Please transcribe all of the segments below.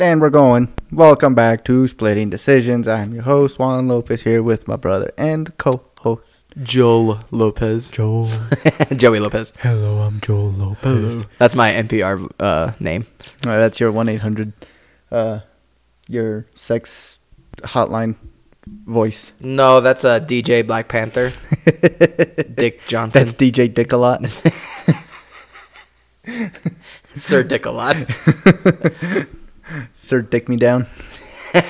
And we're going. Welcome back to Splitting Decisions. I'm your host, Juan Lopez, here with my brother and co host, Joel Lopez. Joel. Joey Lopez. Hello, I'm Joel Lopez. That's my NPR uh, name. that's your 1 800, uh, your sex hotline voice. No, that's uh, DJ Black Panther. Dick Johnson. That's DJ Dick a lot. Sir Dick a lot. Sir, dick me down.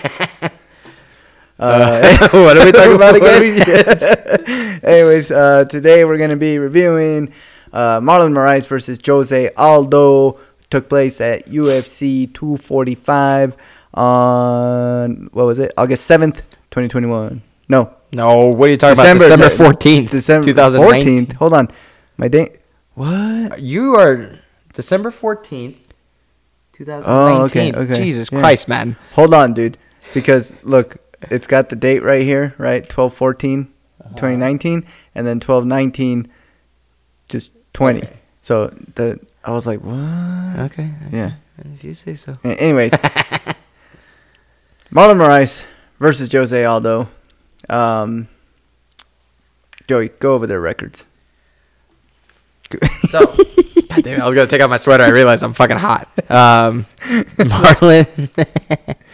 Uh, what are we talking about What are we- again? yes. Anyways, uh, today we're going to be reviewing uh, Marlon Moraes versus Jose Aldo. Took place at UFC 245 on, what was it? August 7th, 2021. No, No, what are you talking about? December- December 14th, December 2019. 14th. Hold on. My date. What? You are December 14th, 2019. Oh, okay, Jesus yeah. Christ, man. Hold on, dude. Because, look, it's got the date right here, right? 12 14, 2019, and then 12 19, just 20. Okay. So the I was like, what? Okay. Yeah. If you say so. A- Anyways, Marlon Moraes versus Jose Aldo. Um, Joey, go over their records. So, God damn it, I was gonna take off my sweater. I realized I'm fucking hot. Um, Marlon,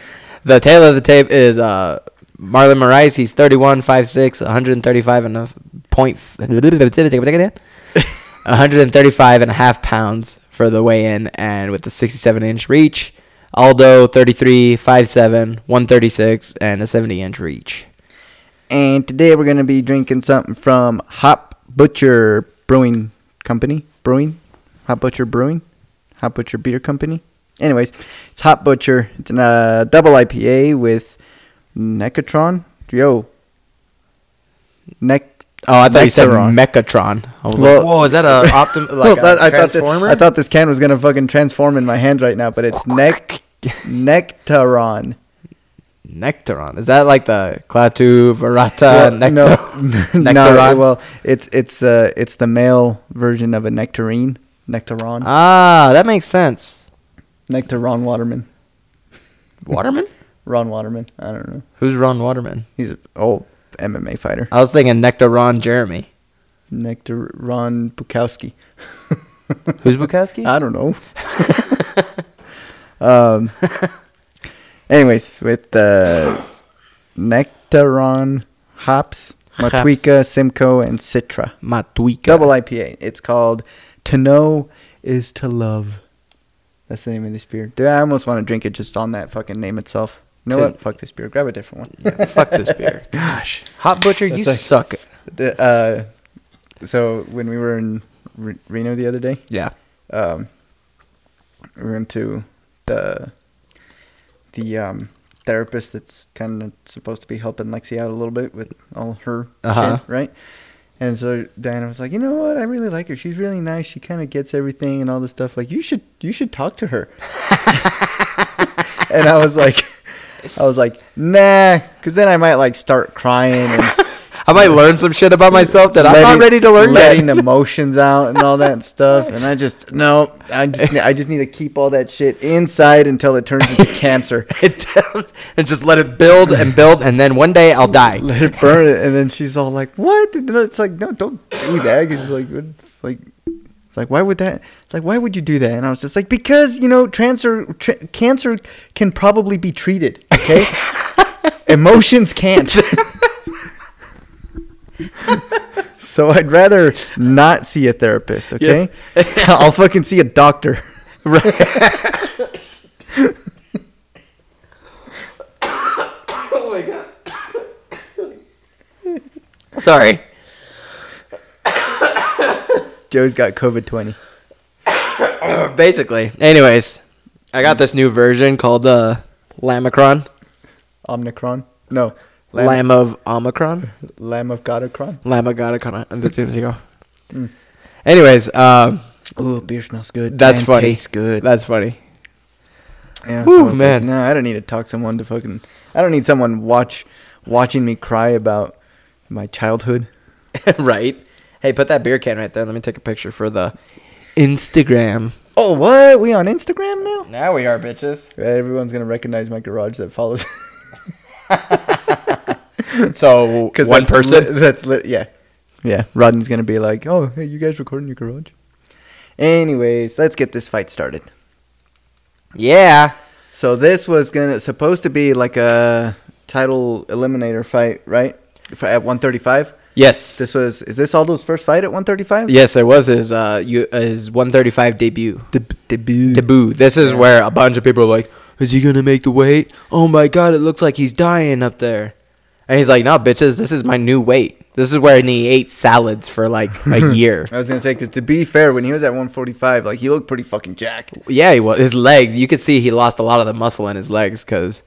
the tail of the tape is uh, Marlon Moraes. He's 31, 5'6", 135 and a f- point. f- 135 and a half pounds for the weigh-in, and with the 67-inch reach. Aldo 33, 5'7", 136, and a 70-inch reach. And today we're gonna be drinking something from Hop Butcher Brewing Company. Brewing, Hop Butcher Brewing, Hop Butcher Beer Company. Anyways, it's Hop Butcher. It's a uh, double IPA with Necatron. Yo, Nec. Oh, I thought you said Nectaron. Mechatron. I was Well- like, whoa, is that a optim Well, like that- a I thought thi- transformer? I thought this can was gonna fucking transform in my hand right now, but it's nec nectaron. Nectaron. Is that like the Klaatu Verata Well, uh, Nectar- no, Nectaron? no, well, it's it's uh it's the male version of a nectarine, nectaron, ah, that makes sense. nectar Ron Waterman, Waterman? Ron Waterman. I don't know. Who's Ron Waterman? He's an old MMA fighter. I was thinking Nectaron Jeremy. Nectar Ron Bukowski. Who's Bukowski? I don't know. um. Anyways, with uh, Nectaron hops, Hops. Matuika, Simcoe, and Citra. Matuika. Double IPA. It's called To Know Is To Love. That's the name of this beer. Dude, I almost want to drink it just on that fucking name itself. You know To- what? Fuck this beer. Grab a different one. Yeah, fuck this beer. Gosh. Hot Butcher, you That's like- suck. The, uh, so when we were in Re- Reno the other day, Yeah. um, we went to the the um, therapist that's kind of supposed to be helping Lexi out a little bit with all her Uh-huh. shit, right? And so Diana was like, you know what? I really like her. She's really nice. She kind of gets everything and all this stuff. Like you should you should talk to her. and I was like, I was like, nah, because then I might like start crying and I might learn some shit about myself that I'm letting- not ready to learn letting yet. emotions out and all that stuff and i just no i just i just need to keep all that shit inside until it turns into cancer and just let it build and build, and then one day I'll die. let it burn it and then she's all like what and it's like no don't do that 'cause it's like what- like it's like why would that it's like why would you do that and i was just like because you know cancer tr- cancer can probably be treated okay emotions can't so i'd rather not see a therapist okay i'll fucking see a doctor Oh my god. Sorry. joe's got covid-20 Basically. Anyways, I got this new version called uh, Lamicron. omnicron no Lam, lamb of Omicron. lamb of godocron Lamagotacon. Hmm. Anyways, um, Ooh, beer smells good. That's funny. Tastes good. that's funny. Yeah, Whew, I was man. Like, no, I don't need to talk to someone to fucking. I don't need someone watch watching me cry about my childhood. right? Hey, put that beer can right there. Let me take a picture for the Instagram. Oh, what? We on Instagram now? Now we are bitches. Everyone's gonna recognize my garage that follows. So one that's lit- person. that's lit. Yeah, yeah. Rodden's gonna be like, "Oh, hey, you guys recording your garage?" Anyways, let's get this fight started. yeah. So this was gonna supposed to be like a title eliminator fight, right? For- At 135. Yes. This was. Is this Aldo's first fight at 135? yes, it was his uh you his 135 debut. Deb- debut. Debut. This is Yeah. where a bunch of people are like, "Is he gonna make the weight? Oh my god, it looks like he's dying up there." And he's like, "No, bitches, this is my new weight. This is where he ate salads for like a year." I was gonna say because to be fair, when he was at 145, like he looked pretty fucking jacked. Yeah, he was. His legs, you could see he lost a lot of the muscle in his legs because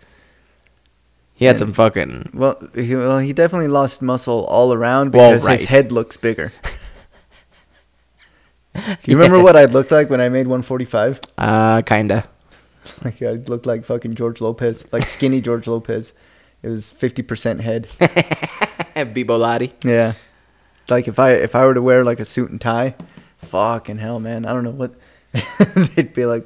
he had Yeah. some fucking. Well, he, well, he definitely lost muscle all around Well, because his right. head looks bigger. Do you remember what I looked like when I made 145? Uh, kinda. Like I looked like fucking George Lopez, like skinny George Lopez. It was 50% head. Bibolati. Yeah. Like if I if I were to wear like a suit and tie, fucking hell, man. I don't know what they'd be like.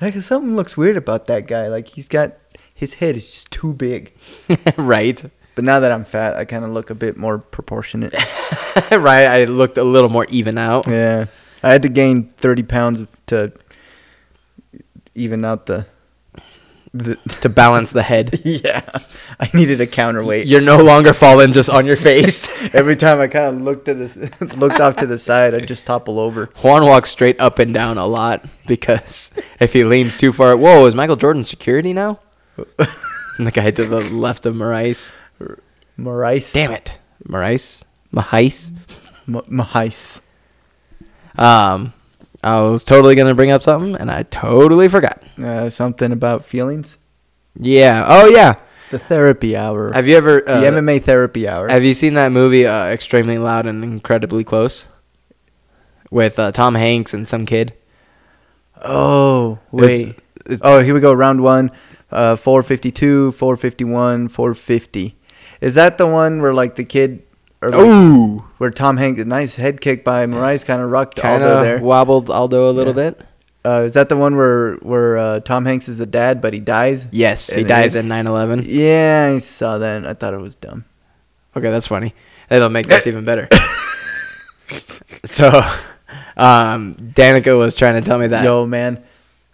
Like something looks weird about that guy. Like he's got his head is just too big. right. But now that I'm fat, I kind of look a bit more proportionate. right. I looked a little more even out. yeah, I had to gain 30 pounds to even out the. the To balance the head, yeah, I needed a counterweight. you're no longer falling just on your face. Every time I kind of looked to this, looked off to the side, I'd just topple over. Juan walks straight up and down a lot because if he leans too far, whoa, is Michael Jordan security now? And the guy to the left of Marais. Marais. Damn it, Marais, Marais. M- Marais. Um, I was totally gonna bring up something, and I totally forgot. Uh, something about feelings. Yeah. Oh yeah. The therapy hour. Have you ever? Uh, the MMA therapy hour. Have you seen that movie, uh, Extremely Loud and Incredibly Close, with uh, Tom Hanks and some kid? oh It's- wait. it's- oh, here we go. Round one. Uh, four fifty two, four fifty one, four fifty. Is that the one where like the kid? Or, like, Ooh. Where Tom Hanks, a nice head kick by Marais, kind of rocked Kind Aldo there. of wobbled Aldo a little Yeah. bit. Uh, is that the one where where uh, Tom Hanks is the dad, but he dies? Yes, he And dies he- in 9/11. Yeah, I saw that. I thought it was dumb. Okay, that's funny. That'll make Eh. this even better. so, um, Danica was trying to tell me that. Yo, man.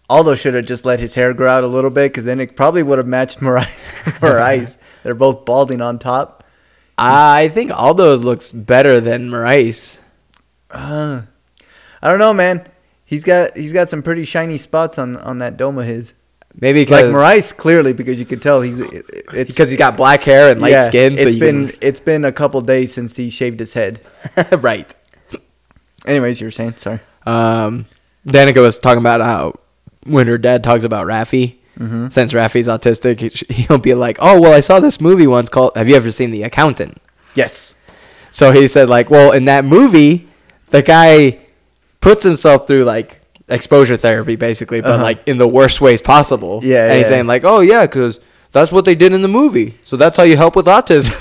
Aldo should have just let his hair grow out a little bit because then it probably would have matched Marais. Marais. They're both balding on top. I think Aldo looks better than Marais. Uh, I don't know, man. He's got he's got some pretty shiny spots on, on that dome of his. Maybe Like because Marais, clearly, because you could tell he's it, it's because he got black hair and light yeah, skin. So it's you been it's been a couple days since he shaved his head. can, right. Anyways, you were saying sorry. Um, Danica was talking about how when her dad talks about Rafi, Mm-hmm. since Rafi's autistic, he- he'll be like, "Oh, well, I saw this movie once called Have you ever seen The Accountant?" Yes. So he said, like, well, in that movie, the guy puts himself through like exposure therapy, basically, but Uh-huh. like in the worst ways possible. Yeah, and he's yeah. saying like, oh yeah, because that's what they did in the movie. So that's how you help with autism.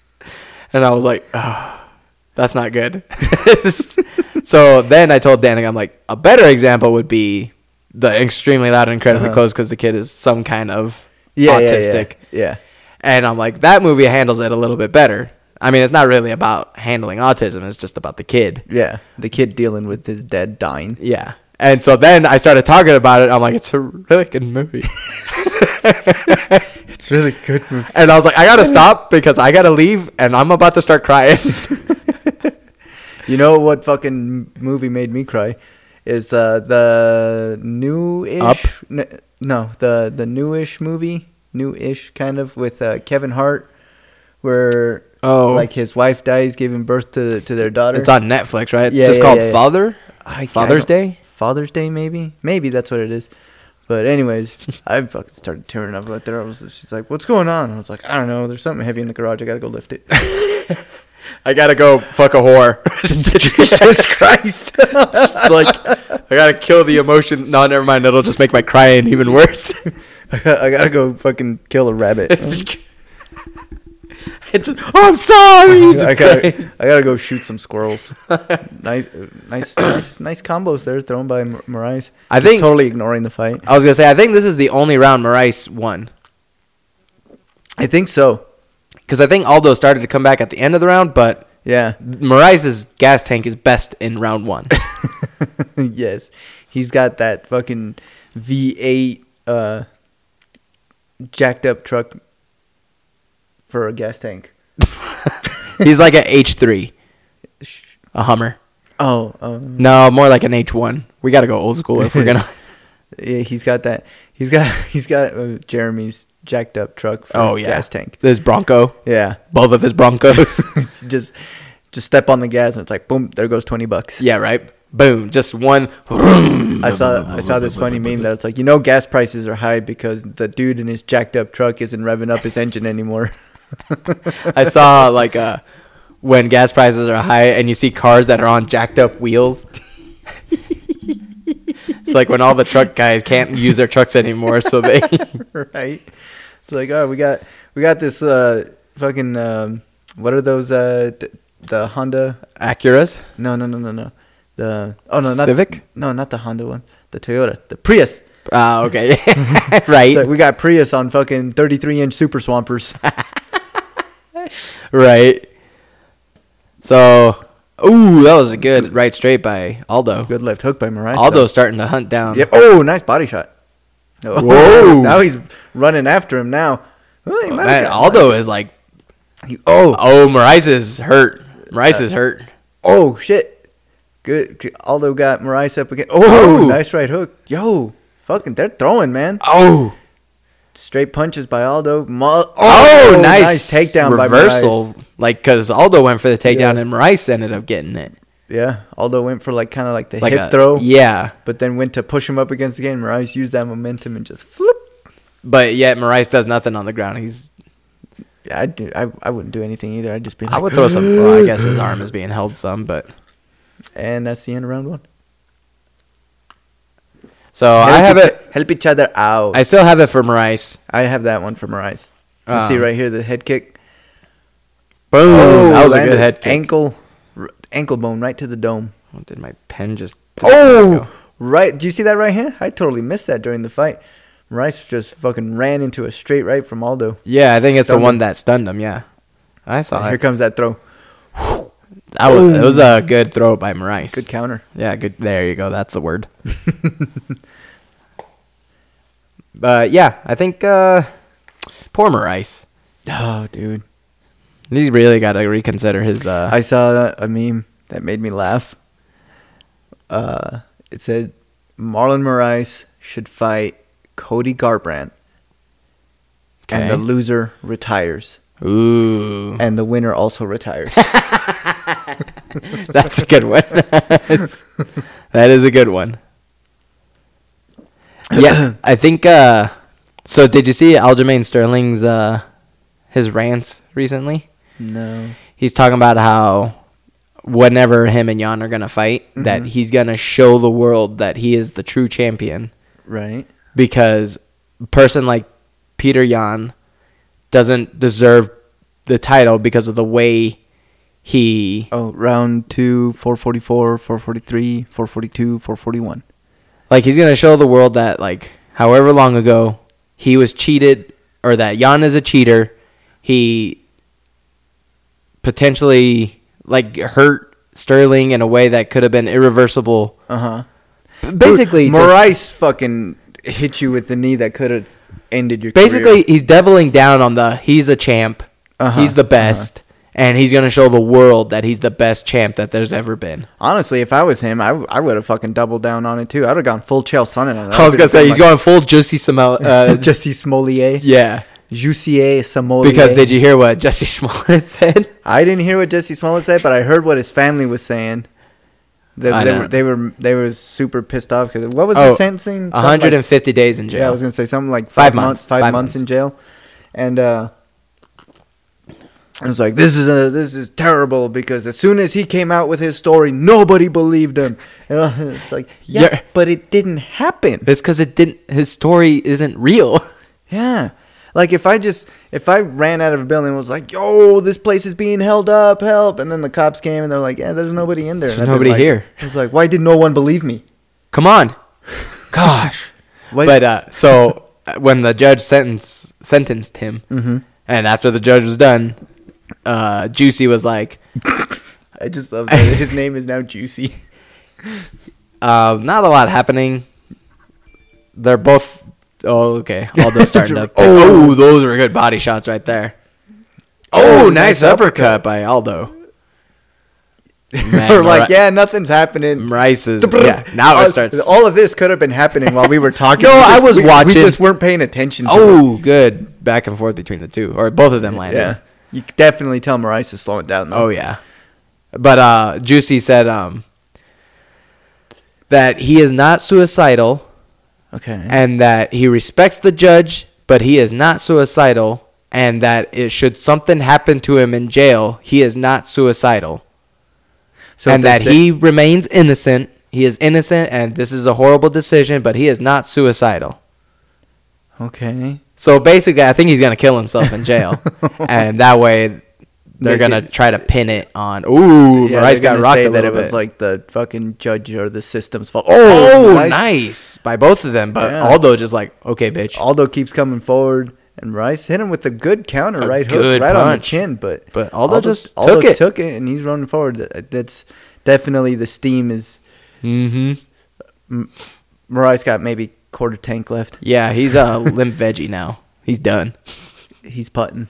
and I was like, oh, that's not good. so then I told Danik, I'm like, a better example would be the extremely loud and incredibly Uh-huh. close because the kid is some kind of Yeah. yeah, autistic. Yeah. yeah. And I'm like, that movie handles it a little bit better. I mean, it's not really about handling autism, it's just about the kid. Yeah, the kid dealing with his dad dying. Yeah. And so then I started talking about it. I'm like, it's a really good movie. It's really good. and I was like, I got to stop because I got to leave and I'm about to start crying. You know what fucking movie made me cry? Is uh, the new-ish Up? N- no, the the newish movie, new-ish kind of with uh, Kevin Hart, where Oh. like his wife dies giving birth to to their daughter. it's on Netflix, right? It's Yeah, just yeah, called yeah, yeah. Father? I- I Father's don't- Day? Father's Day, maybe, maybe that's what it is. But anyways, I fucking started tearing up right there. I was, she's like, "What's going on?" I was like, "I don't know. There's something heavy in the garage. I gotta go lift it." I got to go fuck a whore. Jesus Christ! It's like, I got to kill the emotion. No, never mind. It'll just make my crying even worse. I gotta go fucking kill a rabbit. I It's, oh, I'm sorry. I Just crying. gotta, I gotta go shoot some squirrels. nice, nice, nice, nice combos there thrown by Mar- Morais. I Just think- totally ignoring the fight. I was gonna say I think this is the only round Marais won I think so. because I think Aldo started to come back at the end of the round, but Yeah. Marais's gas tank is best in round one. yes, he's got that fucking V8 uh, jacked up truck for a gas tank. He's like an H three, Sh- a Hummer. Oh, um, No, more like an H one. We gotta go old school if we're gonna. yeah, he's got that. He's got he's got uh, Jeremy's jacked up truck for oh a yeah, gas tank. This Bronco, Yeah, both of his Broncos. just just step on the gas and it's like boom, there goes twenty bucks. yeah, right. Boom, just one. I saw I saw this funny meme that it's like you know gas prices are high because the dude in his jacked up truck isn't revving up his engine anymore. I saw like uh, when gas prices are high and you see cars that are on jacked up wheels. it's like when all the truck guys can't use their trucks anymore, so they right? It's like, oh, we got we got this uh, fucking um, what are those uh, d- the Honda? Acuras. No, no, no, no, no. The oh no, not Civic? No, not the Honda one. The Toyota, the Prius. Ah, okay, right, So we got Prius on fucking 33 inch Super Swampers. right. So, ooh, that was a good right straight by Aldo. Good left hook by Mariah. Aldo's starting to hunt down. Yep. Oh, nice body shot. No. Whoa. Oh, now he's running after him now. Well, he might have Man, got- Aldo is like, He- oh, oh, Marais is hurt. Marais is hurt. oh shit. Good. Aldo got Marais up again. Oh, Oh. nice right hook. Yo, fucking, they're throwing, man. Oh, Straight punches by Aldo. Mo- oh, Oh, nice. takedown by reversal. Moraes. like, because Aldo went for the takedown Yeah. and Rice ended up getting it. Yeah, Aldo went for like kind of like the Like hip a- throw, Yeah. but then went to push him up against the game. Moraes used that momentum and just flip. But yet, Marais does nothing on the ground. He's. Yeah, I do. I, I wouldn't do anything either. I'd just be like, I would throw some. Well, I guess his arm is being held some, but. and that's the end of round one. So Oh, I Help have each- it. Help each other out. I I, still have it for Marais. have that one for Moraes. Let's see Um, right here the head kick. Boom. that was a Oh, landed good head kick. Oh, Ankle, r- ankle bone right to the dome. Did my pen just. Oh, right. Do you see that right hand? I totally missed that during the fight. Rice just fucking ran into a straight right from Aldo. Yeah, I think it's the Stunned one him. that stunned him. Yeah. I saw Here it. comes that throw. That was, it was a good throw by Marais. oh. Good counter. Yeah, good. There you go. That's the word. but yeah, I think uh, poor Marais. Oh, dude. He's really got to reconsider his. Uh, I saw a meme that made me laugh. Uh, it said Marlon Moraes should fight Cody Garbrandt, and the Okay. loser retires, Ooh, and the winner also retires. that's a good one. that is a good one. Yeah, I think. Uh, so, did you see Aljamain Sterling's uh, his rants recently? no. he's talking about how whenever him and Jan are gonna fight, that he's gonna show the world that he is the true champion Right. because a person like Peter Jan doesn't deserve the title because of the way he Oh, round two, 444, 443, 442, 441. like he's gonna show the world that like however long ago he was cheated or that Jan is a cheater. He potentially like hurt Sterling in a way that could have been irreversible. Uh huh. basically Dude, Moraes just- fucking hit you with the knee that could have ended your basically he's doubling down on the he's a champ Uh-huh, he's the best and he's gonna show the world that he's the best champ that there's ever been honestly, if I was him, I, I would have fucking doubled down on it too. I'd have gone full Chael Sonnen on it. i was gonna say he's going full juicy Samoa. uh, Uh, Jesse Smollett, yeah Jussier Smollett. because did you hear what jesse smollett said I didn't hear what Jesse Smollett said, but I heard what his family was saying. They, I they, know. were, they were they were super pissed off because what was Oh, the sentencing? Something like- 150 days in jail Yeah, I was gonna say something like Five five, months, months, five, five months, in months. jail, and uh, I was like, this is a, this is terrible because as soon as he came out with his story, nobody believed him, and I was like, yeah, You're- but it didn't happen. it's because it didn't his story isn't real Yeah, Like if I just if I ran out of a building and was like, "Yo, this place is being held up, help!" and then the cops came and they're like, "Yeah, there's nobody in there." There's And I'd be nobody like- here. I was like, "Why did no one believe me?" Come on. Gosh. Why- But uh, so uh, when the judge sentence sentenced him, Mm-hmm. and after the judge was done, uh, Juicy was like, I just love that his name is now Juicy. uh, "Not a lot happening." They're both. Oh, okay. All those starting up. Oh. Oh, those are good body shots right there. Oh, nice, uppercut, by Aldo. Man, We're like, Mor- yeah, nothing's happening. Rice's. Yeah, now all, it starts. All of this could have been happening while we were talking. No, We I was we- We watching. just weren't paying attention. To it. Oh, good. Back and forth between the two, or both of them landed. yeah. You could definitely tell Marais is slowing down. Though. Oh yeah. But uh Juicy said um that he is not suicidal okay. Oh, and that he respects the judge, but he is not suicidal and that it should something happen to him in jail, he is not suicidal. So and they that say- he remains innocent. He is innocent and this is a horrible decision, but he is not suicidal. Okay. So basically, I think he's gonna kill himself in jail, and that way they're Make gonna it- try to pin it on. Ooh, Yeah, Marais they're got gonna rocked say a that little it was bit. like the fucking judge or the system's fault. Oh, Marais- nice by both of them. But Yeah. Aldo just like, okay, bitch. Aldo keeps coming forward, and Rice hit him with a good counter A right hook, good right on the punch. chin. But But Aldo just Aldo took it. took it, and he's running forward. That- That's definitely the steam is. Mm-hmm. Marais got maybe quarter tank left. Yeah, he's a limp veggie now. He's done. He's putting.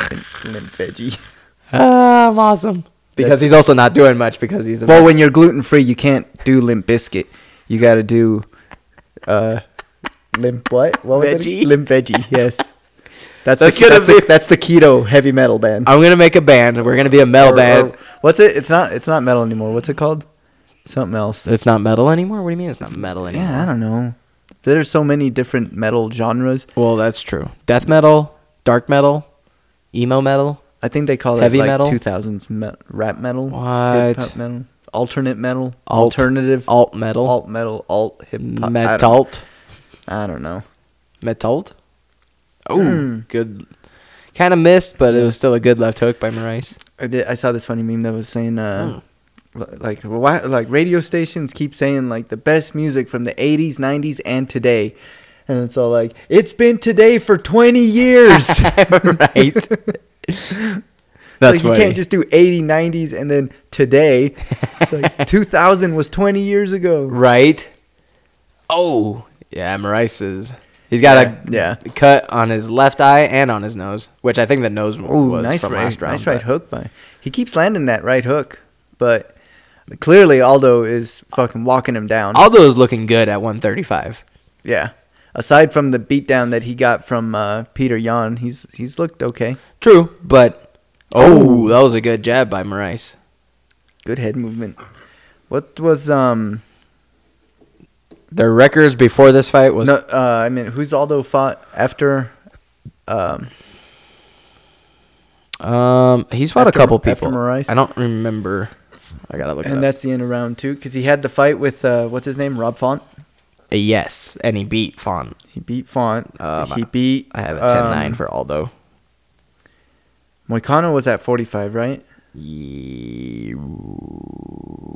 Limp- Limp veggie. Ah, I'm awesome. Because he's also not doing much because he's a Well, when you're gluten free, you can't do limp biscuit. You got to do uh, limp what? What was Veggie? it? Limp veggie. Yes. That's That's the, gonna that's, the, that's the keto heavy metal band. I'm gonna make a band. We're gonna be a metal Or- band. or- what's it? It's not. It's not metal anymore. What's it called? Something else. It's not metal anymore. What do you mean it's not metal anymore? Yeah, I don't know. There's so many different metal genres. Well, that's true. Death metal, dark metal, emo metal. I think they call Heavy it like metal? 2000s me- rap metal, What? hip-hop metal, alternate metal, Alt- alternative, alt metal, alt metal, alt hip hop. I don't, metalt, I don't know. metalt. Oh, Hmm. good. Kind of missed, but it was still a good left hook by Marais. I did. I saw this funny meme that was saying, uh, Hmm. li- like, why, like radio stations keep saying like the best music from the '80s, '90s, and today, and it's all like it's been today for 20 years. right. like, you can't just do 80, 90s, and then today. It's like 2000 was 20 years ago. right. Oh, yeah, Marais is. He's got Yeah, a cut on his left eye and on his nose, which I think the nose Oh, was nice from right, last round. nice right but- hook by. He keeps landing that right hook, but clearly Aldo is fucking walking him down. Aldo's looking good at 135. Yeah. Aside from the beatdown that he got from uh, Peter Yan, he's he's looked okay. True, but oh, Oh. that was a good jab by Marais. Good head movement. What was um Their records before this fight was no uh I mean who's Aldo fought after um Um, he's fought After- a couple after people. Moraes? I don't remember. I gotta look. and it up. that's the end of round two because he had the fight with uh what's his name Rob Font A yes, and he beat Fawn. he beat Font Um, he beat I have a 10-9 um, for Aldo. Moicano was at forty five right Ye-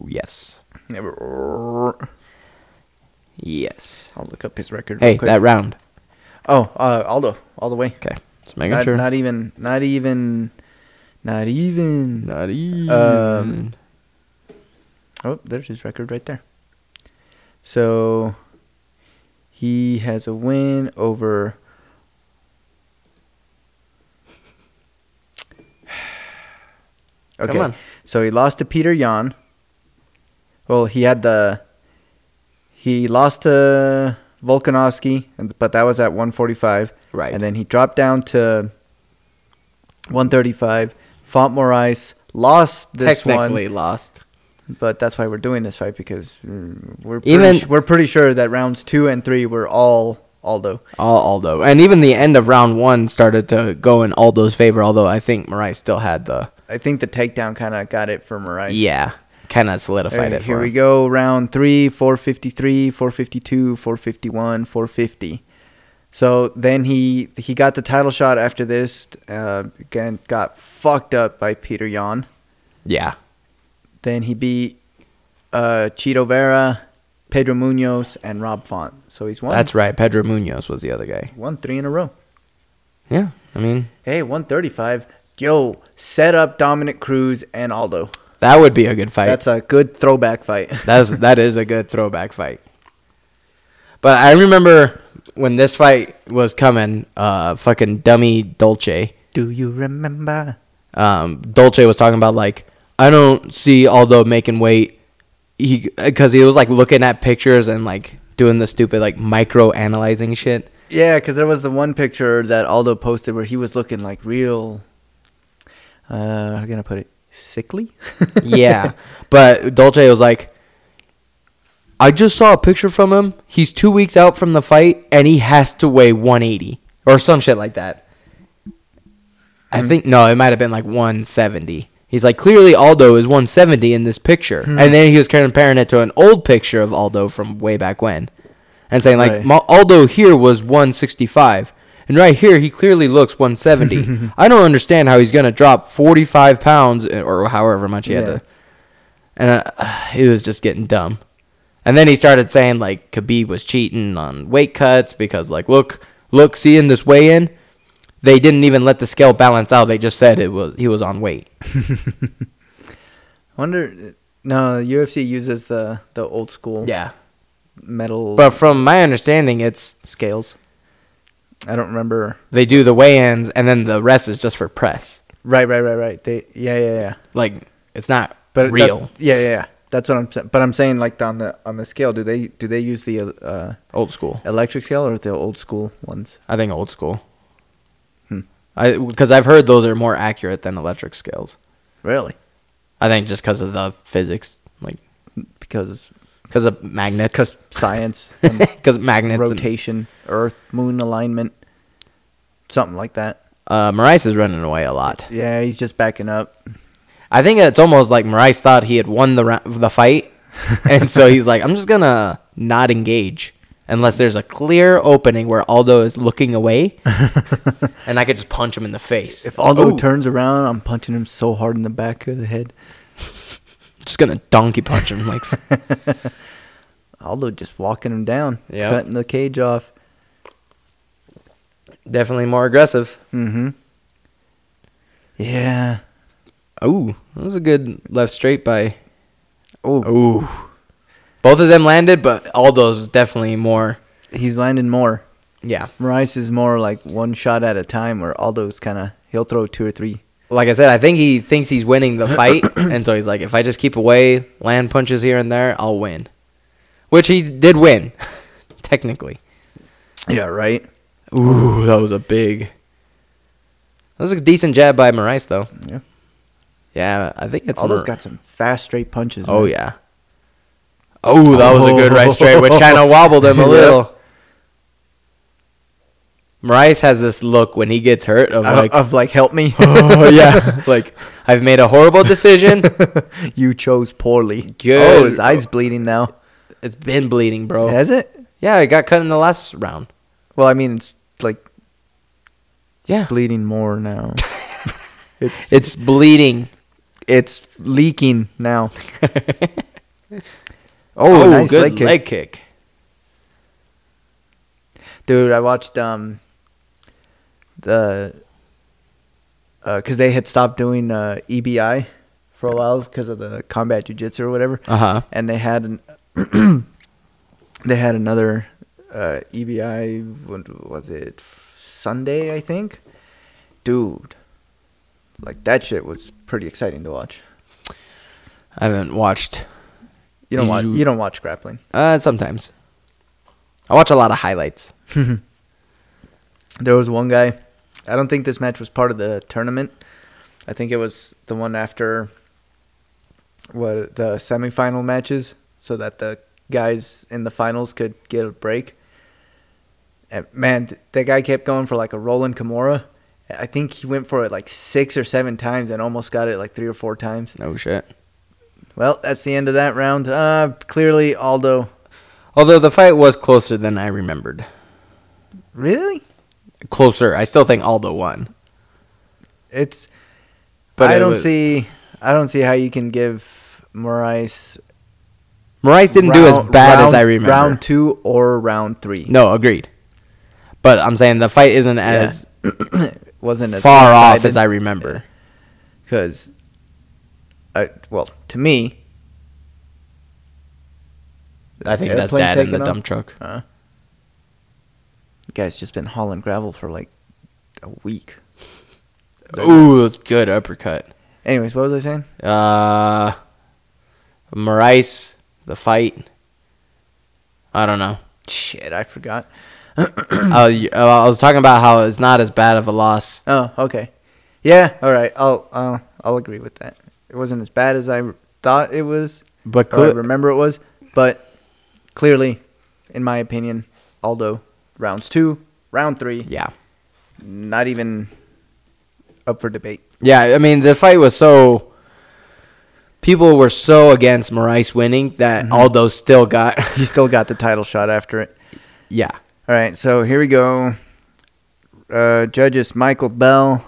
Yes, yes. I'll look up his record Hey, real quick. that round. oh uh, Aldo all the way Okay, just making not, sure. not even not even not even Not even. Um, Oh, there's his record right there. So he has a win over. Okay. Come on. So he lost to Peter Yan. Well, he had the. He lost to Volkanovski, and but that was at 145. Right. And then he dropped down to 135. Font Morais lost this one Technically lost. but that's why we're doing this fight because mm, we're pretty Even- su- we're pretty sure that rounds two and three were all Aldo. All Aldo, and even the end of round one started to go in Aldo's favor. Although I think Marais still had the I think the takedown kind of got it for Moraes. yeah, kind of All solidified right, it. here for we him. go. Round three, 453, 452, 451, 450. So then he he got the title shot after this. Uh, again, got fucked up by Peter Yan. Yeah. Then he beat uh, Cheeto Vera, Pedro Munoz, and Rob Font. So he's won. That's right. Pedro Munoz was the other guy. won three in a row. Yeah. I mean, Hey, 135. Yo, set up Dominic Cruz and Aldo. that would be a good fight. That's a good throwback fight. That's that is a good throwback fight. But I remember when this fight was coming, uh, fucking dummy Dolce. Do you remember? Um, Dolce was talking about like I don't see Aldo making weight. He because he was like looking at pictures and like doing the stupid like micro analyzing shit. Yeah, because there was the one picture that Aldo posted where he was looking like real. Uh, how can I put it? Sickly. yeah. But Dolce was like, I just saw a picture from him. He's two weeks out from the fight, and he has to weigh 180 or some shit like that. I think no, it might have been like 170. He's like clearly Aldo is 170 in this picture, and then he was comparing it to an old picture of Aldo from way back when, and saying like Right. "Ma- Aldo here was 165, and right here he clearly looks 170. I don't understand how he's gonna drop 45 pounds uh, or however much he had Yeah. to and uh, it was just getting dumb. And then he started saying like Khabib was cheating on weight cuts because like look, look, seeing this weigh in, they didn't even let the scale balance out. They just said it was he was on weight. Wonder. No, UFC uses the the old school Yeah, metal but from my understanding, it's scales. I don't remember. they do the weigh ins and then the rest is just for press. Right, right, right, right. They yeah, yeah, yeah. Like it's not But it- real that- yeah, yeah, yeah. That's what I'm saying. But I'm saying like on the on the scale, do they do they use the uh, old school. electric scale or the old school ones? I think old school. Hmm. I because I've heard those are more accurate than electric scales. Really? I think just because of the physics, like Because because of magnets. because science, and because magnets and- rotation, Earth Moon alignment, something like that. uh, Marais is running away a lot. Yeah, he's just backing up. I think it's almost like Marais thought he had won the ra- the fight, and so he's like, "I'm just gonna not engage unless there's a clear opening where Aldo is looking away, and I could just punch him in the face. If Aldo Ooh, turns around, I'm punching him so hard in the back of the head. just gonna donkey punch him like Aldo just walking him down, Yep. cutting the cage off. definitely more aggressive. Mm-hmm. Yeah. Ooh, that was a good left straight by. Oh, Ooh, both of them landed, but Aldo's was definitely more. he's landing more. Yeah, Rice is more like one shot at a time, where Aldo's kind of he'll throw two or three. like I said, I think he thinks he's winning the fight, and so he's like, if I just keep away, land punches here and there, I'll win. Which he did win, technically. Yeah, right. Ooh, that was a big. That was a decent jab by Marais, though. Yeah, Yeah, I think it's Aldo's Mar- got some fast straight punches. Oh man. yeah. Oh, that was a good right straight, which kind of wobbled him a Yep. little. Marais has this look when he gets hurt of Of like, like, of like help me. oh yeah, like I've made a horrible decision. you chose poorly. Good. Oh, his eye's bleeding now. it's been bleeding, bro. Has it? Yeah, it got cut in the last round. Well, I mean, it's like Yeah. bleeding more now. it's It's bleeding. it's leaking now. Oh, oh, nice good leg kick. kick. dude i watched um the because they had stopped doing uh ebi for a while because of the combat jiu-jitsu or whatever Uh-huh. and they had an they had another uh ebi what was it sunday i think dude like that shit was pretty exciting to watch I haven't watched you don't watch You- you don't watch grappling uh sometimes. I watch a lot of highlights. There was one guy. I don't think this match was part of the tournament. I think it was the one after what the semifinal matches, so that the guys in the finals could get a break. And man, th- that guy kept going for like a Roland Kimura. I think he went for it like six or seven times and almost got it like three or four times. No shit. Well, that's the end of that round. Uh, clearly, Aldo. Although the fight was closer than I remembered. Really? Closer. I still think Aldo won. It's. But I it don't was- see. I don't see how you can give Morais. Moraes didn't do as bad as I remember. Round two or round three. No, agreed. But I'm saying the fight isn't as wasn't as far off as I remember. because. Uh, well, to me, I think that's Airplane dad in the taking off? dump truck. uh, the guy's just been hauling gravel for like a week. Ooh, that's good uppercut. Anyways, what was I saying? Uh, Moraes, the fight. I don't know. Shit, I forgot. uh, y- uh, I was talking about how it's not as bad of a loss. Oh, okay. Yeah, all right. I'll I'll I'll agree with that. It wasn't as bad as I thought it was, But or I cle- remember it was, but clearly, in my opinion, Aldo rounds two, round three, yeah, not even up for debate. yeah. I mean, the fight was so. People were so against Moraes winning that Mm-hmm. Aldo still got. He still got the title shot after it. yeah, All right, so here we go. Uh, judges Michael Bell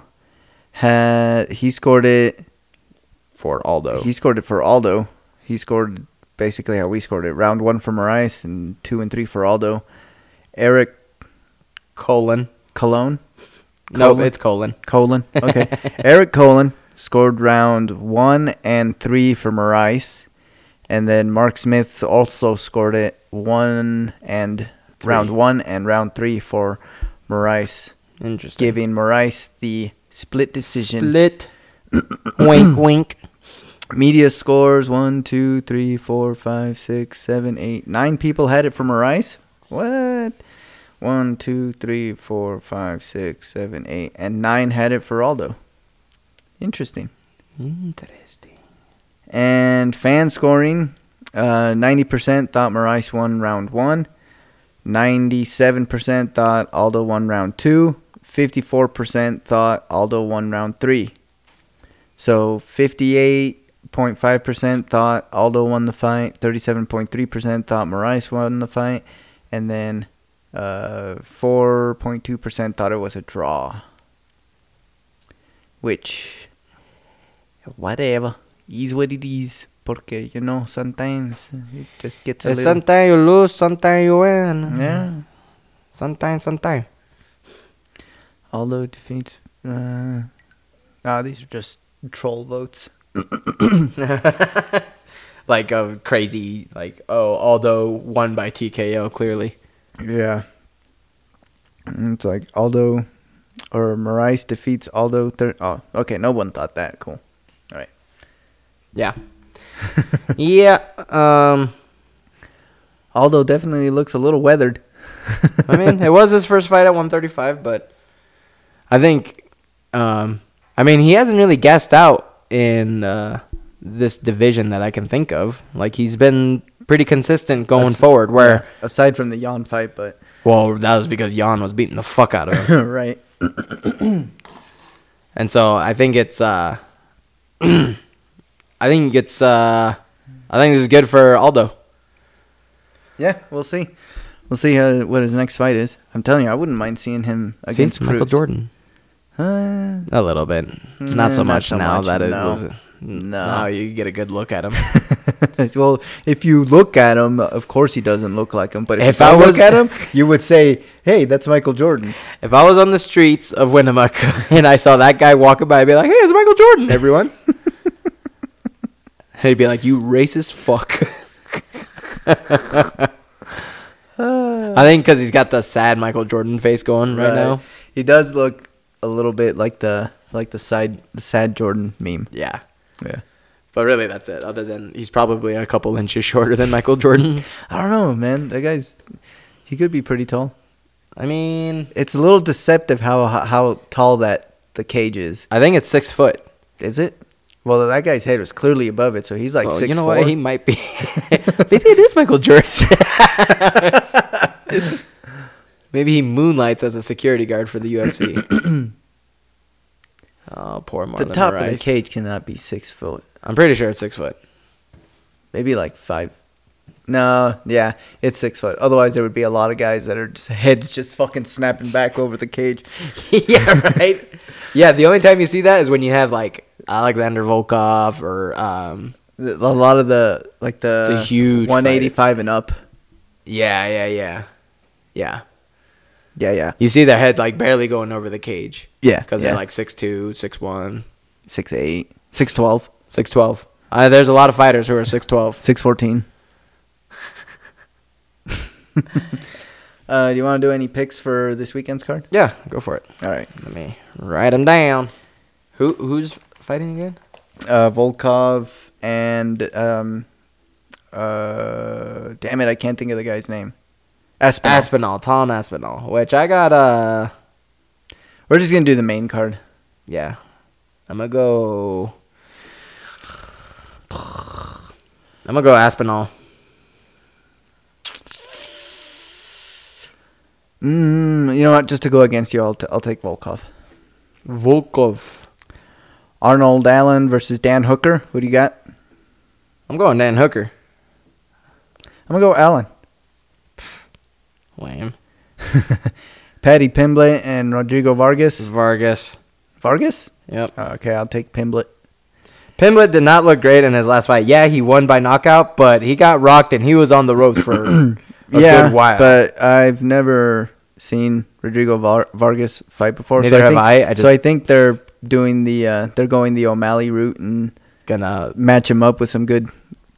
had he scored it. for Aldo. He scored it for Aldo. He scored basically how we scored it. Round one for Morais and two and three for Aldo. Eric colon. Colon. No, Colon? it's colon. Colon. Okay. Eric Colon scored round one and three for Morais. And then Mark Smith also scored it one and round Three. one and round three for Morais, Interesting. giving Morais the split decision. Split. wink, wink. Media scores one, two, three, four, five, six, seven, eight, nine people had it for Morais. What? One, two, three, four, five, six, seven, eight, and nine had it for Aldo. Interesting. Interesting. And fan scoring, uh, 90% thought Morais won round one. 97% thought Aldo won round two. 54% thought Aldo won round three. So 58.5% thought Aldo won the fight. 37.3% thought Morais won the fight. And then uh, 4.2% thought it was a draw. Which, whatever. Is what it is. Porque, you know, sometimes it just gets a little. Sometimes you lose, sometimes you win. yeah. Sometimes, sometimes. Although defeats. Uh, ah, these are just troll votes. like a crazy, like oh, Aldo won by TKO clearly. Yeah. It's like Aldo or Morais defeats Aldo. Thir- oh, okay. No one thought that. Cool. All right. Yeah. yeah. Um. Aldo definitely looks a little weathered. I mean, it was his first fight at 135, but I think, um, I mean, he hasn't really gassed out in uh, this division that I can think of. Like he's been pretty consistent going As- forward. Where Aside from the yawn fight, but. well, that was because Jan was beating the fuck out of him. right. And so I think it's uh I think it's uh I think this is good for Aldo. Yeah, we'll see. We'll see how, what his next fight is. I'm telling you, I wouldn't mind seeing him against Cruz. Michael Jordan. Uh, A little bit. Not Eh, so not much so now much, that it no. was No. Now you get a good look at him. well, if you look at him, of course he doesn't look like him. But if, If I I look was- at him, you would say, "Hey, that's Michael Jordan." if I was on the streets of Winnemucca and I saw that guy walking by, I'd be like, Hey, it's Michael Jordan, everyone. and he'd be like, You racist fuck. I think because he's got the sad Michael Jordan face going right now. he does look a little bit like the like the side the sad Jordan meme. Yeah. Yeah, But really, that's it. Other than he's probably a couple inches shorter than Michael Jordan. I don't know, man. That guy's he could be pretty tall. I mean, It's a little deceptive how how tall that the cage is. I think it's six foot. Is it? Well, that guy's head was clearly above it, so he's like So, six. You know four. what? He might be. Maybe it is Michael Jordan. Maybe he moonlights as a security guard for the UFC. oh, poor the Marlon top of the Moraes. cage cannot be six foot. I'm pretty sure it's six foot. Maybe like five. No, yeah, it's six foot. Otherwise, there would be a lot of guys that are just heads just fucking snapping back over the cage. yeah, right. Yeah, the only time you see that is when you have like Alexander Volkov or um, A lot of the like the, The huge one eighty five and up. yeah, yeah, yeah, yeah. Yeah, yeah, You see their head like barely going over the cage. Yeah, because yeah. they're like six two, six one, six eight, six twelve, six twelve. Uh, there's a lot of fighters who are six twelve. six fourteen. uh, do you want to do any picks for this weekend's card? Yeah, go for it. All right, Let me write them down. Who who's fighting again? uh, Volkov and um, uh, damn it, I can't think of the guy's name. Aspinall. Aspinall, Tom Aspinall. Which I got. Uh, We're just gonna do the main card. yeah, I'm gonna go. I'm gonna go Aspinall. Mm, you know what? Just to go against you, I'll, t- I'll take Volkov. Volkov. Arnold Allen versus Dan Hooker. Who do you got? I'm I'm going Dan Hooker. gonna go Allen. Lame. Patty Pimblett and Rodrigo Vargas. Vargas. Vargas? Yep. Okay, I'll take Pimblett. Pimblett did not look great in his last fight. Yeah, he won by knockout, but he got rocked and he was on the ropes for a yeah, good while. but I've never seen Rodrigo Var- Vargas fight before. Neither so I have think, I. I just- So I think they're doing the uh, they're going the O'Malley route and gonna match him up with some good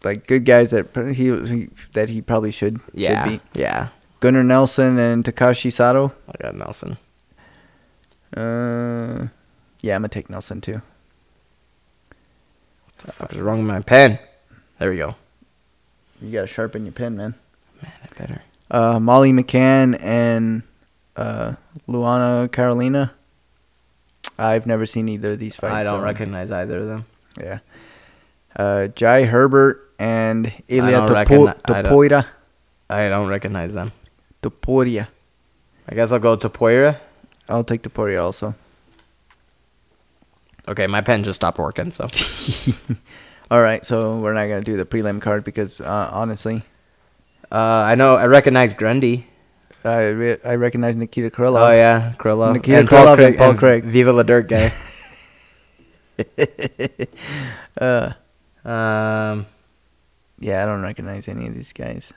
like good guys that pr- he, he that he probably should yeah should beat. yeah. Gunnar Nelson and Takashi Sato. I got Nelson. Uh, yeah, I'm gonna take Nelson too. What the fuck is wrong with my pen? There we go. You gotta sharpen your pen, man. Man, I better. Uh, Molly McCann and uh, Luana Carolina. I've never seen either of these fights. I don't so- recognize either of them. Yeah. Uh, Jai Herbert and Ilya don't Topo- recogni- I don't- Topoira. I don't recognize them. Toporia. I guess I'll go to Poira. I'll take Toporia also. Okay, my pen just stopped working, so All right, so we're not gonna do the prelim card because uh, honestly, uh, I know I recognize Grundy. I re- I recognize Nikita Krylov. Oh yeah, Krylov. Nikita and Paul Krylov Craig. and Paul and Craig. Viva La Dirt guy. Uh, Um, yeah, I don't recognize any of these guys.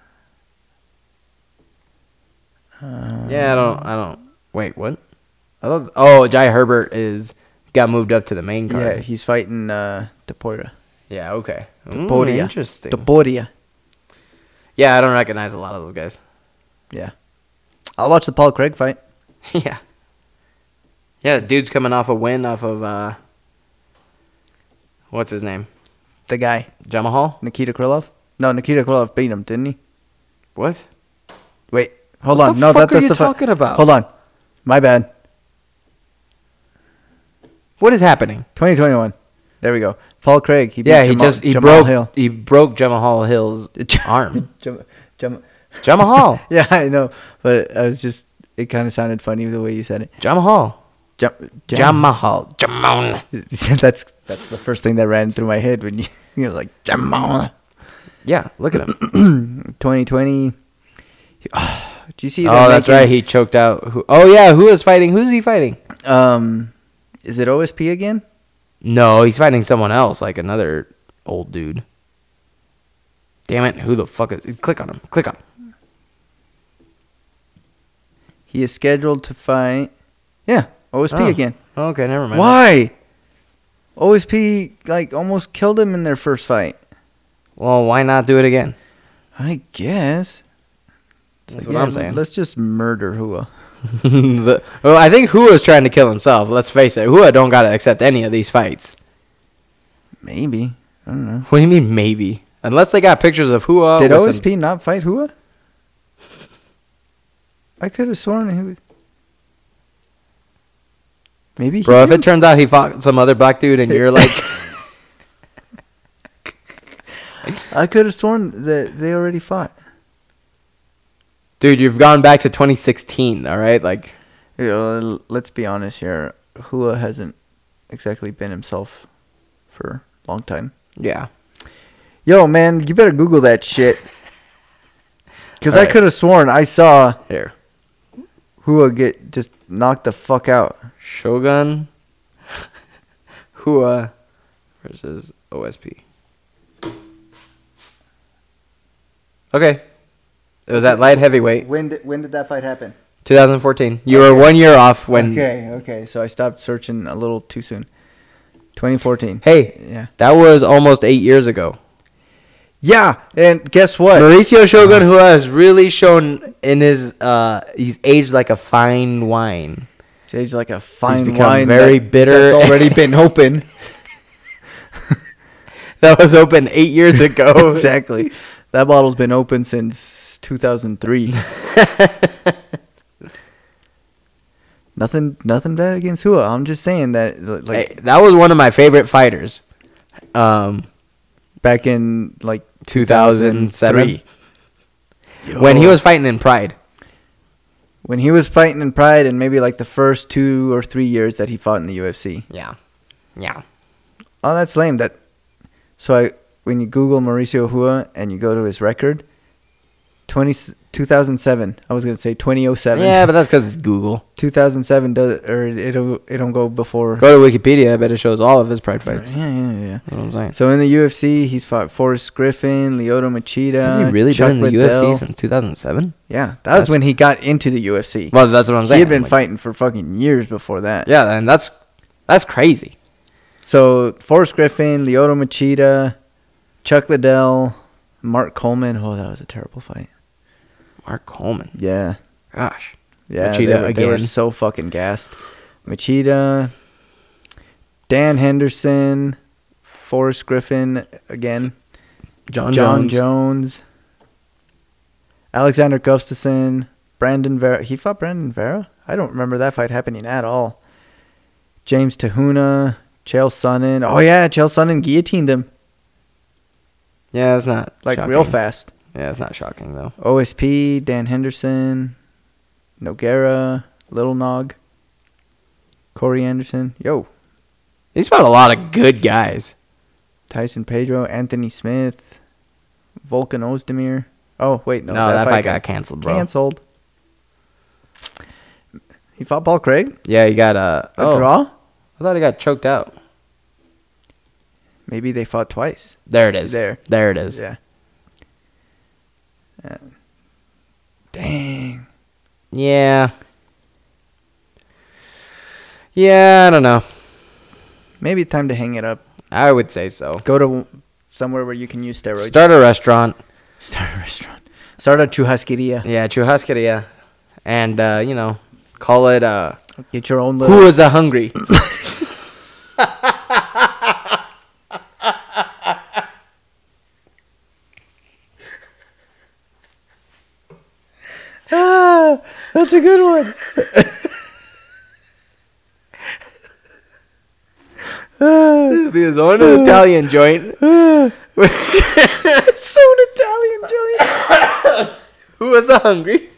Uh, yeah, I don't. I don't. Wait, what? I thought. Oh, Jai Herbert is got moved up to the main Yeah, card. Yeah. he's fighting uh, Toporia. okay. Mm, Toporia. interesting. Toporia. yeah, I don't recognize a lot of those guys. Yeah. I'll watch the Paul Craig fight. yeah. Yeah, dude's coming off a win off of uh. What's his name? The guy, Jamahal. Nikita Krylov. No, Nikita Krylov beat him, didn't he? What? Wait, hold What on. the no, fuck that, are that's you the fi- talking about? Hold on. My bad. What is happening? 2021. There we go. Paul Craig. He beat yeah, he Jamal- just he Jamal broke Hill. he broke Jamahal Hill's arm. Jam- Jam- Jamahal. yeah, I know, but I was just. It kind of sounded funny the way you said it. Jamahal. Jam- Jam- Jamahal. Jamon. that's that's the first thing that ran through my head when you you're like Jamal. Yeah, look at him. 2020. do you see? they're Oh, that's making- right. He choked out. Who? Oh, yeah. Who is fighting? Who's he fighting? Um, is it OSP again? No, he's fighting someone else, like another old dude. Damn it! Who the fuck is? Click on him. Click on him. He is scheduled to fight. Yeah, OSP Oh. again. Okay, never mind. Why? OSP like almost killed him in their first fight. Well, why not do it again? I guess. That's Like, what yeah, I'm saying. Let's just murder Hua. The- well, I think Hua's trying to kill himself. Let's face it. Hua don't gotta accept any of these fights. Maybe. I don't know. What do you mean maybe? Unless they got pictures of Hua. Did with some- OSP not fight Hua? I could have sworn he was. Maybe. he Bro, if did. it turns out he fought some other black dude and you're like, I could have sworn that they already fought. dude, you've gone back to 2016, all right? Like, You know, l- let's be honest here. Hua hasn't exactly been himself for a long time. yeah. Yo, man, you better Google that shit. Because All I right. could have sworn I saw Here. Hua get just knocked the fuck out. Shogun Hua versus OSP. Okay. It was at light heavyweight. When did, when did that fight happen? 2014. You were one year off when. okay, okay. So I stopped searching a little too soon. 2014. Hey, Yeah. that was almost eight years ago. Yeah, and guess what? Mauricio Shogun Hua has really shown in his. uh He's aged like a fine wine. It's aged like a fine become wine. very bitter. That's already been open. That was open eight years ago. exactly. That bottle's been open since 2003. nothing, nothing bad against Hua. I'm just saying that, li- like Hey, that was one of my favorite fighters. Um, back in like 2007. 2003, When he was fighting in Pride. when he was fighting in Pride, and maybe like the first two or three years that he fought in the UFC. Yeah. Yeah. Oh, that's lame. That so I when you Google Mauricio Hua and you go to his record, 20, 2007. I was gonna say 2007. Yeah, but that's because it's Google. 2007 does or it'll it don't go before. Go to Wikipedia. I bet it shows all of his Pride fights. Yeah, yeah, yeah. That's what I'm saying. So in the UFC, he's fought Forrest Griffin, Lyoto Machida. Has he really Chuck been in the Liddell. UFC since 2007? Yeah, that That's- was when he got into the UFC. Well, that's what I'm saying. he had been Like, fighting for fucking years before that. Yeah, and that's that's crazy. So Forrest Griffin, Lyoto Machida, Chuck Liddell, Mark Coleman. Oh, that was a terrible fight. Mark Coleman. Yeah, Gosh. yeah. they, Machida were, they were again. so fucking gassed. Machida, Dan Henderson, Forrest Griffin again. John, John Jones. Jones. Alexander Gustafson, Brandon Vera. He fought Brandon Vera? I don't remember that fight happening at all. James Tahuna, Chael Sonnen. Oh, yeah, Chael Sonnen guillotined him Yeah, it's not like shocking. real fast. Yeah, it's not shocking though. OSP, Dan Henderson, Noguera, Little Nog, Corey Anderson. Yo, He's fought a lot of good guys. Tyson Pedro, Anthony Smith, Vulcan Ozdemir. Oh, wait, No, no. that, fight got canceled, bro. Canceled. He fought Paul Craig. Yeah, he got uh, A oh, draw. I thought he got choked out. Maybe they fought twice. There it is. There. There it is. Yeah. Uh, dang. Yeah. Yeah, I don't know. Maybe time to hang it up. I would say so. Go to somewhere where you can use steroids. Start a restaurant. Start a restaurant. Start a churrasqueria. Yeah, churrascaria. And, uh, you know, call it uh, Get your own little. Who is a Hungry? ah, that's a good one. this would be his own Italian joint. so an Italian joint. Who is a hungry?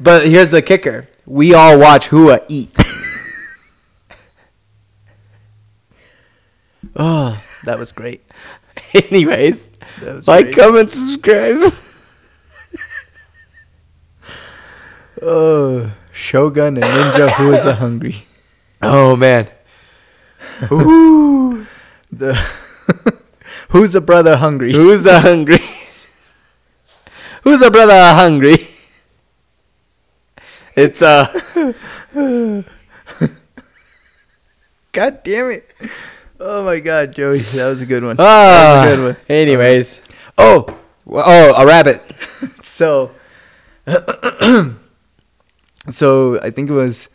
But here's the kicker: we all watch Hua eat. Oh, that was great. Anyways, That was like, great. comment, subscribe. Oh, Shogun and Ninja. Who is a hungry? Oh man, Ooh. The Who's a brother hungry? who's a hungry? who's a brother a hungry? It's uh, God damn it. Oh my god, Joey, that was a good one. ah. That was a good one. Anyways, oh, wh- oh, a rabbit. So So I think it was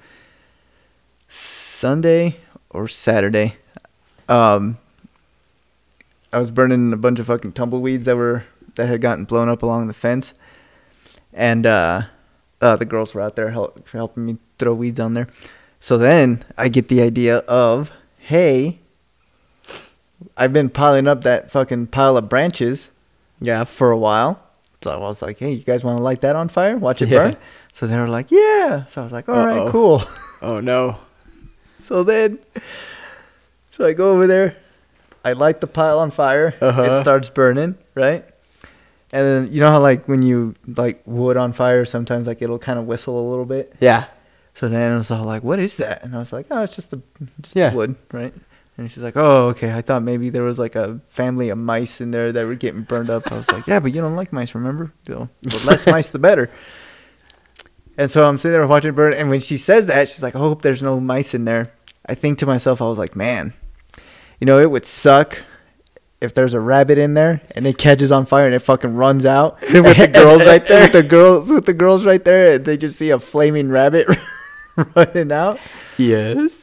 Sunday or Saturday. Um I was burning a bunch of fucking tumbleweeds that were that had gotten blown up along the fence. and uh, uh, the girls were out there help, helping me throw weeds on there. So then I get the idea of, hey, I've been piling up that fucking pile of branches, yeah, for a while. So I was like, hey, you guys want to light that on fire? Watch it Yeah. burn. So they were like, yeah. So I was like, all right, Uh-oh. cool. Oh no. so then, so I go over there, I light the pile on fire. Uh-huh. It starts burning, right? And then you know how like when you like wood on fire, sometimes like it'll kind of whistle a little bit. Yeah. So then I was all like, "What is that?" And I was like, "Oh, it's just the just Yeah. the wood, right?" And she's like, "Oh, okay. I thought maybe there was like a family of mice in there that were getting burned up." I was like, "Yeah, but you don't like mice, remember? So, the less mice, the better." And so I'm sitting there watching it burn. And when she says that, she's like, "I hope there's no mice in there." I think to myself, I was like, "Man, you know, it would suck." If there's a rabbit in there and it catches on fire and it fucking runs out With the girls right there. with the girls with the girls right there, and they just see a flaming rabbit running out. Yes.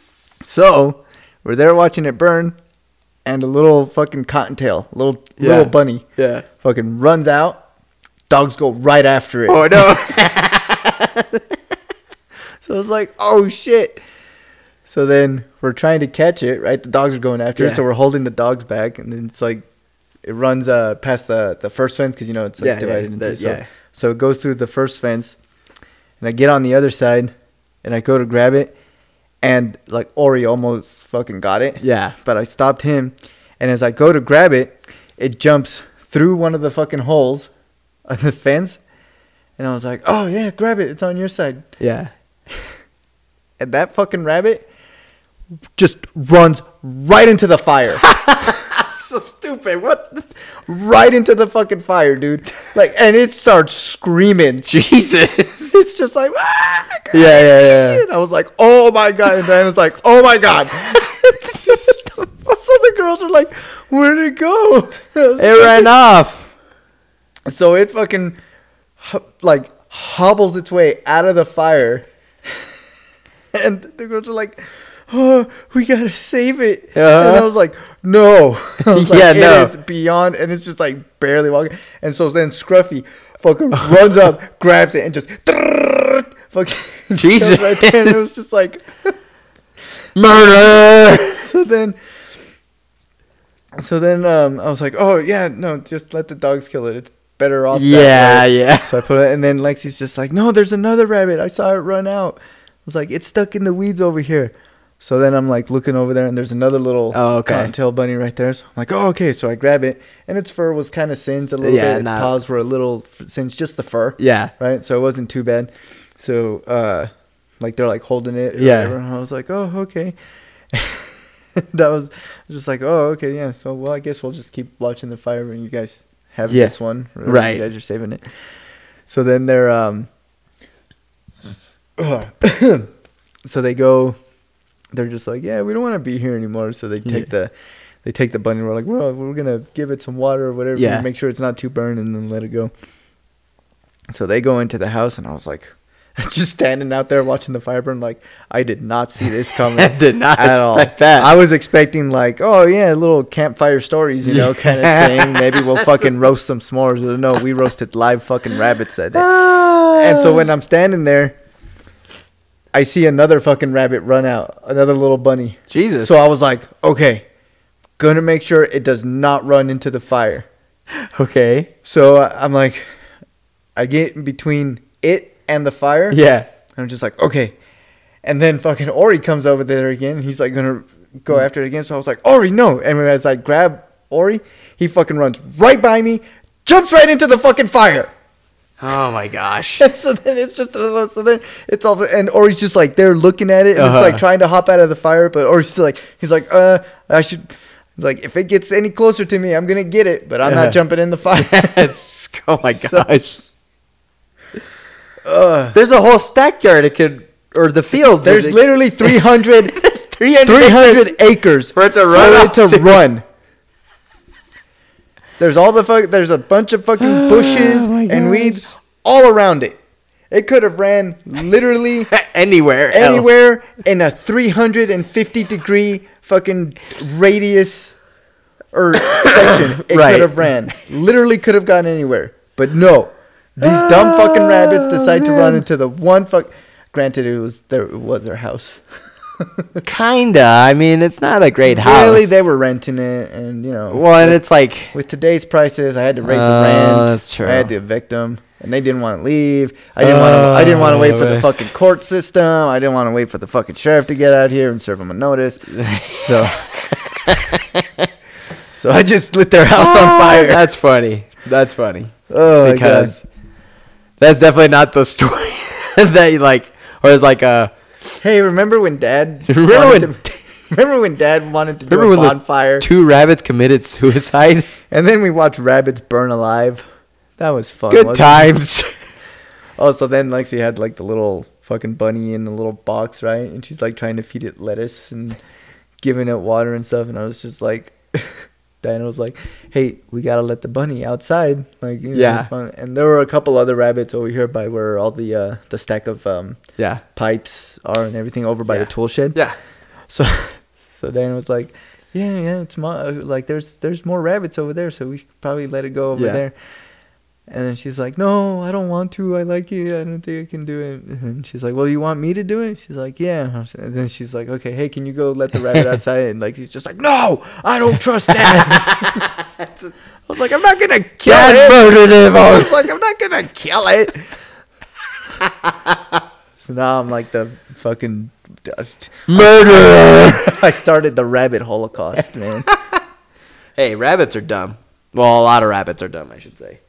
So we're there watching it burn, and a little fucking cottontail, little Yeah. little bunny, Yeah. fucking runs out. Dogs go right after it. Oh no. So I was like, oh shit. So then we're trying to catch it, right? The dogs are going after it, Yeah. so we're holding the dogs back, and then it's like it runs uh past the the first fence because you know it's like Yeah, yeah, divided into the- so yeah. so it goes through the first fence, and I get on the other side, and I go to grab it, and like Ori almost fucking got it, yeah. but I stopped him, and as I go to grab it, it jumps through one of the fucking holes of the fence, and I was like, oh yeah, grab it, it's on your side. Yeah. And that fucking rabbit just runs right into the fire. That's so stupid. What? The- right into the fucking fire, dude. Like, and it starts screaming. Jesus. It's just like, ah, God." Yeah, yeah, yeah. And I was like, oh my God. And then I was like, oh my God. so the girls were like, where'd it go? I was It ran off. So it fucking ho- like hobbles its way out of the fire, and the girls are like, "Oh, we gotta save it!" And I Uh-huh. was like, "No, I was like, Yeah, no. it is beyond." And it's just like barely walking. And so then Scruffy fucking runs up, grabs it, and just fucking Jesus. right there. And it was just like Murder. so then so then um, I was like, "Oh yeah, no, just let the dogs kill it. It's better off." that Yeah, way." yeah. So I put it, and then Lexi's just like, "No, there's another rabbit. I saw it run out." I was like, "It's stuck in the weeds over here." So then I'm like looking over there, and there's another little Oh, okay. cottontail bunny right there. So I'm like, "Oh, okay." So I grab it, and its fur was kind of singed a little Yeah, bit. Its no. paws were a little f- singed, just the fur Yeah. right? So it wasn't too bad. So uh, like they're like holding it, or Yeah. Whatever. And I was like, oh okay. that was just like, oh okay, yeah. So well, I guess we'll just keep watching the fire, and you guys have Yeah. this one, or Right. You guys are saving it. So then they're um. so they go. They're just like, yeah, we don't want to be here anymore. So they take Yeah. the. They take the bunny. We're like, well, we're gonna give it some water or whatever. Yeah. Make sure it's not too burned, and then let it go. So they go into the house, and I was like, just standing out there watching the fire burn. Like, I did not see this coming. I did not at all. expect that. I was expecting like, oh yeah, little campfire stories, you know, kind of thing. Maybe we'll fucking roast some s'mores. Or no, we roasted live fucking rabbits that day. And so when I'm standing there, I see another fucking rabbit run out, another little bunny. Jesus. So I was like, okay, gonna make sure it does not run into the fire. okay. So I- I'm like, I get in between it and the fire. Yeah. And I'm just like, okay. And then fucking Ori comes over there again. And he's like gonna Hmm. go after it again. So I was like, Ori, no. And as I grab Ori, he fucking runs right by me, jumps right into the fucking fire. Oh my gosh. And so then it's just another. So then it's all. And Ori's just like there looking at it, and Uh-huh. it's like trying to hop out of the fire, but Ori's still like he's like, uh, I should. He's like, if it gets any closer to me, I'm gonna get it, but I'm Yeah. not jumping in the fire. It's- oh my So- gosh. Ugh. there's a whole stackyard it could, or the fields. There's It- literally 300 there's 300, 300 acres For it to run it up to to. run. There's all the fuck. There's a bunch of fucking bushes Oh my and gosh. weeds all around it. It could have ran literally anywhere. else. anywhere in a 350 degree fucking radius or section. It Right. could have ran. Literally could have gone anywhere. But no, these dumb fucking rabbits Oh, decide to run man. into the one fuck. Granted, it was their it was their house. Kinda. I mean, it's not a great house. Really, they were renting it, and you know. Well, and it's like. with today's prices, I had to raise Oh, the rent. that's true. I had to evict them, and they didn't want to leave. I didn't want to. I didn't want to wait for the Oh. fucking court system. I didn't want to wait for the fucking sheriff to get out here and serve them a notice. So, so I just lit their house on Oh, fire. That's funny. That's funny. Oh, because that's definitely not the story that you like, or it's like uh Hey, remember when Dad? Remember wanted when- to- remember when Dad wanted to do remember a when those bonfire, two rabbits committed suicide? and then we watched rabbits burn alive. That was fun. Good wasn't it? times. Oh, so then Lexi had like the little fucking bunny in the little box, right? And she's like trying to feed it lettuce and giving it water and stuff. And I was just like, Diana was like, "Hey, we gotta let the bunny outside." Like, you know, Yeah. it's fun. And there were a couple other rabbits over here by where all the uh, the stack of um, yeah. pipes are and everything over by Yeah. the tool shed. Yeah. So, so Diana was like, "Yeah, yeah, it's my like there's there's more rabbits over there, so we should probably let it go over Yeah. there." And then she's like, "No, I don't want to. I like it. I don't think I can do it." And she's like, "Well, do you want me to do it?" She's like, "Yeah." And then she's like, "Okay, hey, can you go let the rabbit outside?" And like she's just like, "No, I don't trust that." I was like, "I'm not gonna kill Dad it." murdered him. I I was like, "I'm not gonna kill it." so now I'm like the fucking. murderer. I started the rabbit holocaust, man. Hey, rabbits are dumb. Well, a lot of rabbits are dumb, I should say.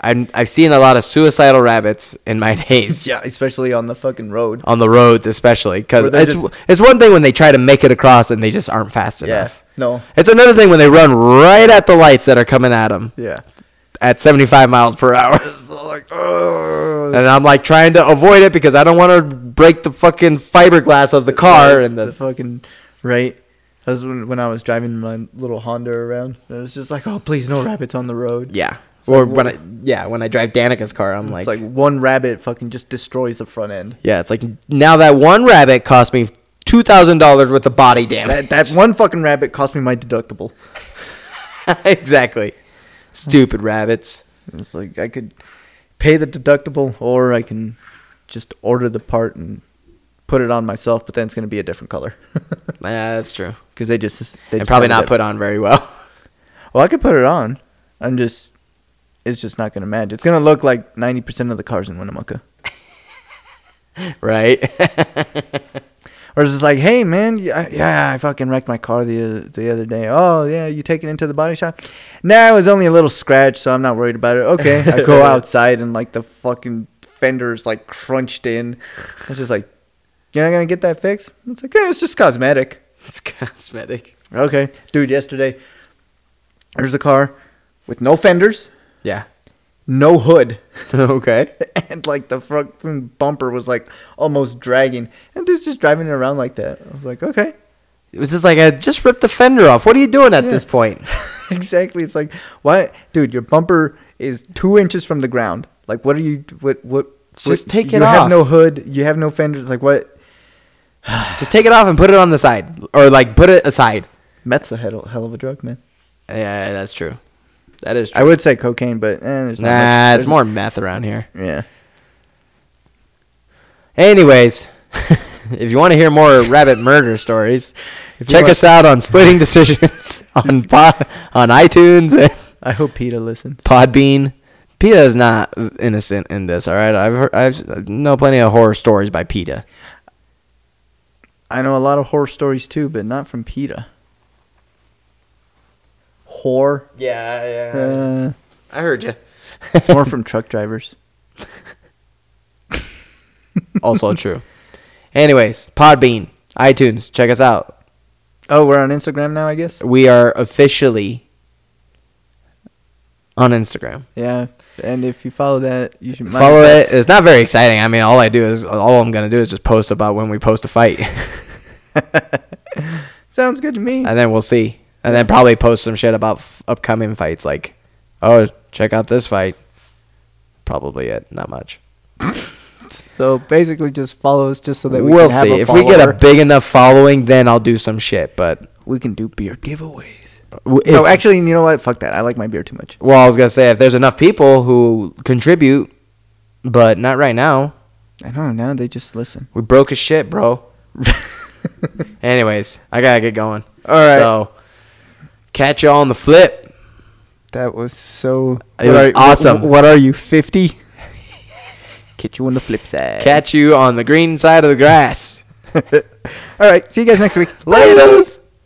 I'm, I've seen a lot of suicidal rabbits in my days. yeah, especially on the fucking road. On the roads, especially, because Where they're it's, just- it's one thing when they try to make it across and they just aren't fast Yeah. enough. No. It's another thing when they run right at the lights that are coming at them Yeah. at 75 miles per hour. So like, oh. And I'm like trying to avoid it because I don't want to break the fucking fiberglass of the car and the fucking right. That was when, when I was driving my little Honda around. It was just like, oh, please, no rabbits on the road. yeah. It's Or like, when what- I yeah when I drive Danica's car, I'm It's like one rabbit fucking just destroys the front end. Yeah, it's like now that one rabbit cost me two thousand dollars worth of body damage. That that one fucking rabbit cost me my deductible. exactly. Stupid rabbits. It's like I could pay the deductible, or I can just order the part and put it on myself. But then it's gonna be a different color Yeah, that's true. because they just they and just probably have not it- put on very well. Well, I could put it on. I'm just, it's just not gonna match. It's gonna look like 90% of the cars in Winnemucca. right? Or it's just like, hey man, yeah, yeah, I fucking wrecked my car the other, the other day. Oh yeah, you take it into the body shop? Nah, it was only a little scratch, so I'm not worried about it. Okay, I go outside and like the fucking fender's like crunched in. It's just like, you're not gonna get that fixed? It's like, yeah, it's just cosmetic. it's cosmetic. Okay, dude. Yesterday, there's a car with no fenders, Yeah. no hood. okay. and like the fucking bumper was like almost dragging, and dude's just driving it around like that. I was like, okay, It was just like I just ripped the fender off. What are you doing at Yeah. this point? exactly. It's like, why, dude? Your bumper is two inches from the ground. Like, what are you? What? What? Just what- take you it have off. no hood. You have no fenders. Like what? just take it off and put it on the side, or like put it aside. Meth's a hell, hell of a drug, man. Yeah, that's true. That is true. I would say cocaine, but eh, there's not nah, much- it's there's- more meth around here. Yeah. Anyways, if you want to hear more rabbit murder stories, If you check want- us out on Splitting Decisions on pod, on iTunes and I hope PETA listens. Podbean. PETA is not innocent in this. All right, I've heard, I've know plenty of horror stories by PETA. I know a lot of horror stories too, but not from PETA. Whore. Yeah, Uh, I heard you. it's more from truck drivers. also true. Anyways, Podbean, iTunes, check us out. Oh, we're on Instagram now, I guess. We are officially on Instagram. Yeah, and if you follow that, you should Follow it. It's not very exciting. I mean, all I do is all I'm gonna do is just post about when we post a fight, Sounds good to me. and then we'll see. And then probably post some shit about f- upcoming fights, like, oh, check out this fight. Probably it. Not much. so basically, just follow us just so that we will can have see. a if we get a follower. big enough following, then I'll do some shit. But we can do beer giveaways. w- if, No, actually, you know what? Fuck that. I like my beer too much. well, I was gonna say if there's enough people who contribute, but not right now. I don't know. They just listen. We broke as shit, bro. Anyways, I gotta get going. All right. So, catch y'all on the flip. That was so. It What was are- awesome. What are you? Fifty. Catch you on the flip side. Catch you on the green side of the grass. All right. See you guys next week. Laters.